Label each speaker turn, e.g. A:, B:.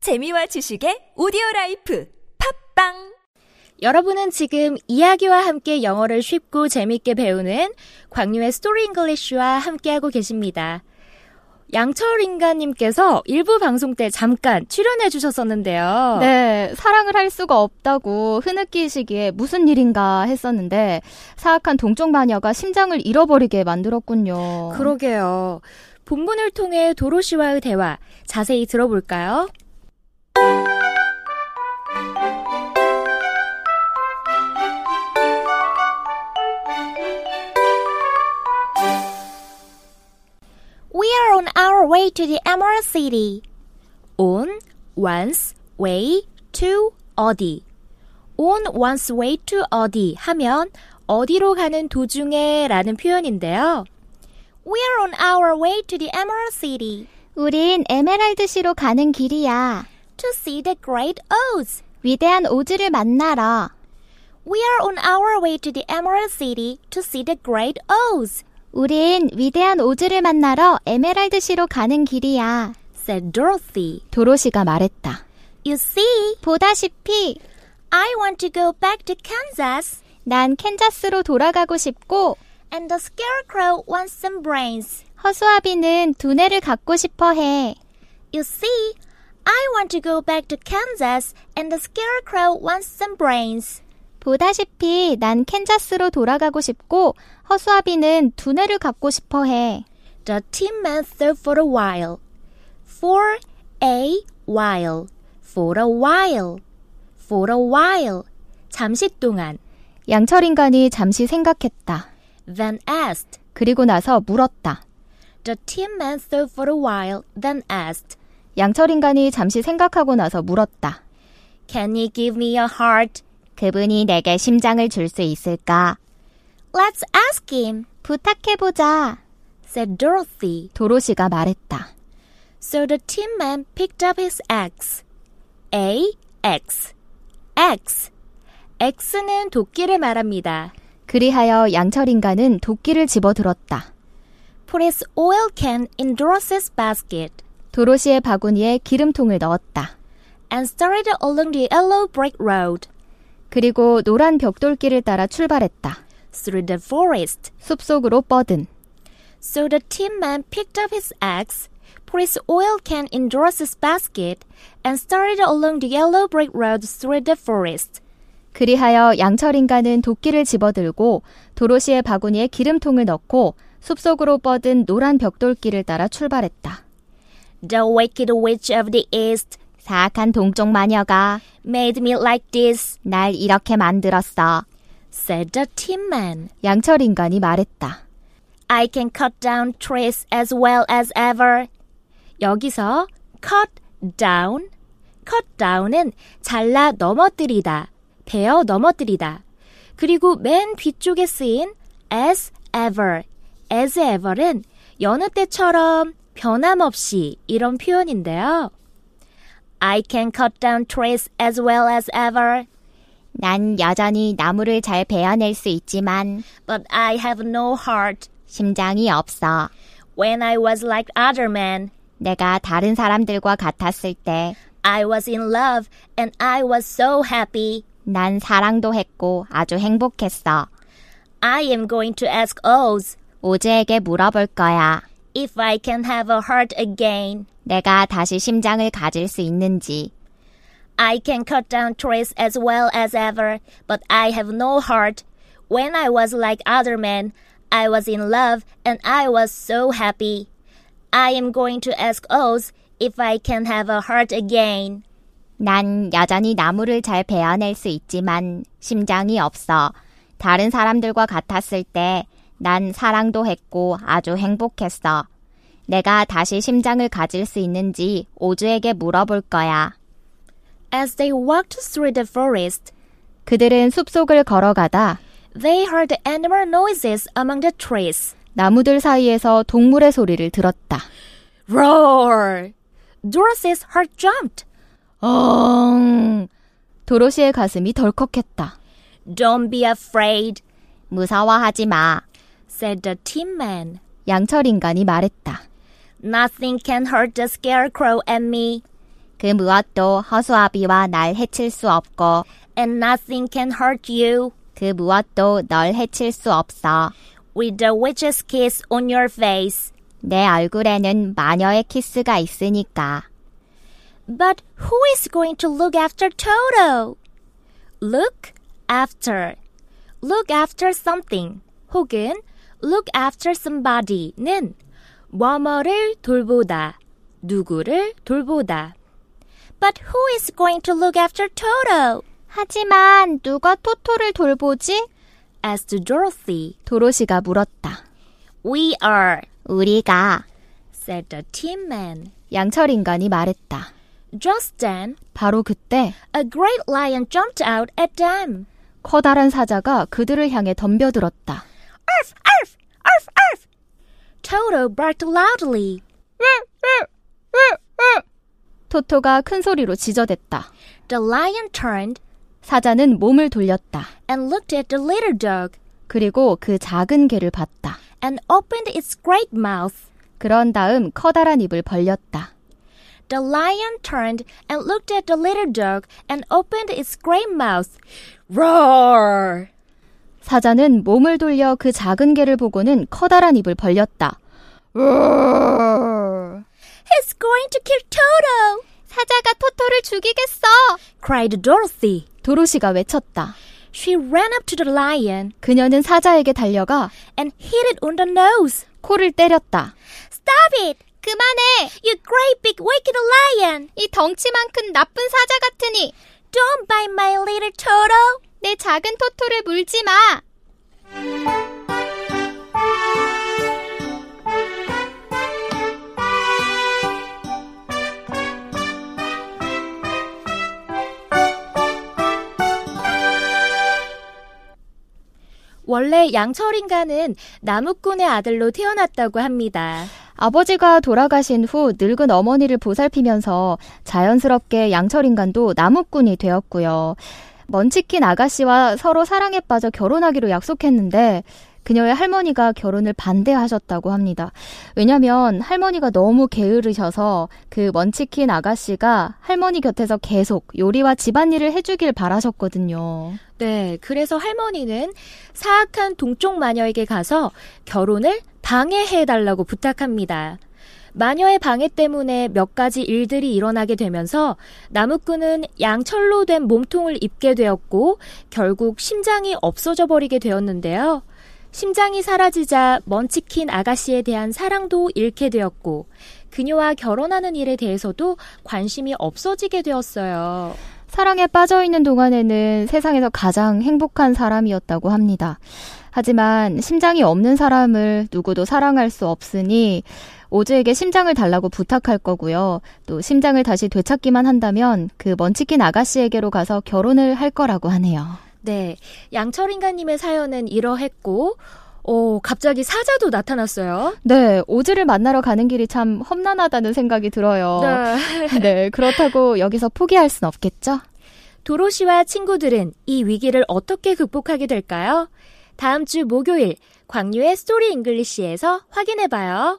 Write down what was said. A: 재미와 지식의 오디오 라이프 팝빵
B: 여러분은 지금 이야기와 함께 영어를 쉽고 재밌게 배우는 광유의 스토리 잉글리쉬와 함께하고 계십니다. 양철 인간님께서 일부 방송 때 잠깐 출연해 주셨었는데요.
C: 네, 사랑을 할 수가 없다고 흐느끼 시기에 무슨 일인가 했었는데 사악한 동쪽 마녀가 심장을 잃어버리게 만들었군요.
B: 그러게요. 본문을 통해 도로시와의 대화 자세히 들어볼까요?
D: We are on our way to the Emerald City.
B: on, once, way, to, 어디. on, once, way, to, 어디 하면 어디로 가는 도중에 라는 표현인데요.
D: We are on our way to the Emerald City
C: 우린 에메랄드시로 가는 길이야.
D: to see the Great Oz.
C: 위대한 오즈를 만나러.
D: We are on our way to the Emerald City to see the Great Oz,
C: 우린 위대한 오즈를 만나러 에메랄드시로 가는 길이야.
D: said Dorothy.
C: 도로시가 말했다.
D: You see,
C: 보다시피
D: I want to go back to Kansas,
C: 난 캔자스로 돌아가고 싶고
D: and the Scarecrow wants some brains.
C: 허수아비는 두뇌를 갖고 싶어 해.
D: You see, I want to go back to Kansas, and the Scarecrow wants some brains.
C: 보다시피 난 캔자스로 돌아가고 싶고 허수아비는 두뇌를 갖고 싶어 해.
D: The tin man thought for a while. For a while. For a while. For a while. 잠시 동안.
C: 양철인간이 잠시 생각했다.
D: Then asked.
C: 그리고 나서 물었다.
D: The tin man thought for a while, then asked,
C: 양철인간이 잠시 생각하고 나서 물었다.
D: Can you give me a heart?
C: 그분이 내게 심장을 줄 수 있을까?
D: Let's ask him,
C: 부탁해보자.
D: said Dorothy.
C: 도로시가 말했다.
D: So the tin man picked up his axe. A, X. X. X는 도끼를 말합니다.
C: 그리하여 양철인간은 도끼를 집어들었다.
D: Put his oil can in Dorothy's basket.
C: 도로시의 바구니에 기름통을 넣었다.
D: and started along the yellow brick road
C: 그리고 노란 벽돌길을 따라 출발했다.
D: through the forest.
C: 숲속으로 뻗은.
D: So the tin man picked up his axe, put his oil can in Doris's basket, and started along the yellow brick road through the forest.
C: 그리하여 양철인간은 도끼를 집어들고 도로시의 바구니에 기름통을 넣고 숲속으로 뻗은 노란 벽돌길을 따라 출발했다.
D: The wicked witch of the east
C: 사악한 동쪽 마녀가
D: made me like this,
C: 날 이렇게 만들었어.
D: said the tin man.
C: 양철인간이 말했다.
D: I can cut down trees as well as ever. 여기서 cut down, cut down은 잘라 넘어뜨리다, 베어 넘어뜨리다. 그리고 맨 뒤쪽에 쓰인 as ever, as ever은 여느 때처럼 변함없이 이런 표현인데요. I can cut down trees as well as ever,
C: 난 여전히 나무를 잘 베어낼 수 있지만
D: but I have no heart.
C: 심장이 없어.
D: When I was like other men,
C: 내가 다른 사람들과 같았을 때 난
D: I was in love and I was so happy.
C: 사랑도 했고 아주 행복했어.
D: I am going to ask Oz
C: 오즈에게 물어볼 거야.
D: if I can have a heart again.
C: 내가 다시 심장을 가질 수 있는지.
D: I can cut down trees as well as ever, but I have no heart. When I was like other men, I was in love and I was so happy. I am going to ask Oz if I can have a heart again.
C: 난 여전히 나무를 잘 베어낼 수 있지만 심장이 없어. 다른 사람들과 같았을 때 난 사랑도 했고 아주 행복했어. 내가 다시 심장을 가질 수 있는지 오즈에게 물어볼 거야.
D: As they walked through the forest,
C: 그들은 숲속을 걸어가다
D: they heard animal noises among the trees.
C: 나무들 사이에서 동물의 소리를 들었다.
D: Roar! Dorothy's heart jumped.
C: 엉! 도로시의 가슴이 덜컥했다.
D: Don't be afraid,
C: 무서워하지 마.
D: said the tin man.
C: 양철인간이 말했다.
D: Nothing can hurt the scarecrow and me.
C: 그 무엇도 허수아비와 날 해칠 수 없고
D: and nothing can hurt you.
C: 그 무엇도 널 해칠 수 없어.
D: With the witch's kiss on your face.
C: 내 얼굴에는 마녀의 키스가 있으니까.
D: But who is going to look after Toto? Look after. Look after something. 혹은 look after somebody는 뭐뭐를 돌보다, 누구를 돌보다. But who is going to look after Toto?
C: 하지만 누가 토토를 돌보지?
D: asked Dorothy.
C: 도로시가 물었다.
D: We are,
C: 우리가
D: said the tin man.
C: 양철 인간이 말했다.
D: Just then,
C: 바로 그때
D: a great lion jumped out at them.
C: 커다란 사자가 그들을 향해 덤벼들었다.
D: Arf, arf, arf, arf. Toto barked loudly.
C: 토토가 큰 소리로 지저댔다.
D: The lion turned
C: 사자는 몸을 돌렸다.
D: and looked at the little dog
C: 그리고 그 작은 개를 봤다.
D: and opened its great mouth.
C: 그런 다음 커다란 입을 벌렸다.
D: The lion turned and looked at the little dog and opened its great mouth. Roar!
C: 사자는 몸을 돌려 그 작은 개를 보고는 커다란 입을 벌렸다.
D: He's going to kill Toto!
C: 사자가 토토를 죽이겠어!
D: cried Dorothy.
C: 도로시가 외쳤다.
D: She ran up to the lion
C: 그녀는 사자에게 달려가
D: and hit it on the nose.
C: 코를 때렸다.
D: Stop it!
C: 그만해!
D: You great big wicked lion!
C: 이 덩치만큼 나쁜 사자 같으니
D: Don't bite my little Toto!
C: 내 작은 토토를 물지 마!
B: 원래 양철인간은 나무꾼의 아들로 태어났다고 합니다.
C: 아버지가 돌아가신 후 늙은 어머니를 보살피면서 자연스럽게 양철인간도 나무꾼이 되었고요. 먼치킨 아가씨와 서로 사랑에 빠져 결혼하기로 약속했는데 그녀의 할머니가 결혼을 반대하셨다고 합니다. 왜냐면 할머니가 너무 게으르셔서 그 먼치킨 아가씨가 할머니 곁에서 계속 요리와 집안일을 해주길 바라셨거든요.
B: 네, 그래서 할머니는 사악한 동쪽 마녀에게 가서 결혼을 방해해달라고 부탁합니다. 마녀의 방해 때문에 몇 가지 일들이 일어나게 되면서 나무꾼은 양철로 된 몸통을 입게 되었고 결국 심장이 없어져 버리게 되었는데요. 심장이 사라지자 먼치킨 아가씨에 대한 사랑도 잃게 되었고 그녀와 결혼하는 일에 대해서도 관심이 없어지게 되었어요.
C: 사랑에 빠져 있는 동안에는 세상에서 가장 행복한 사람이었다고 합니다. 하지만 심장이 없는 사람을 누구도 사랑할 수 없으니 오즈에게 심장을 달라고 부탁할 거고요. 또 심장을 다시 되찾기만 한다면 그 먼치킨 아가씨에게로 가서 결혼을 할 거라고 하네요.
B: 네. 양철인간님의 사연은 이러했고, 오, 갑자기 사자도 나타났어요.
C: 네, 오즈를 만나러 가는 길이 참 험난하다는 생각이 들어요.
B: 네.
C: 네, 그렇다고 여기서 포기할 순 없겠죠?
B: 도로시와 친구들은 이 위기를 어떻게 극복하게 될까요? 다음 주 목요일, 광유의 스토리 잉글리시에서 확인해봐요.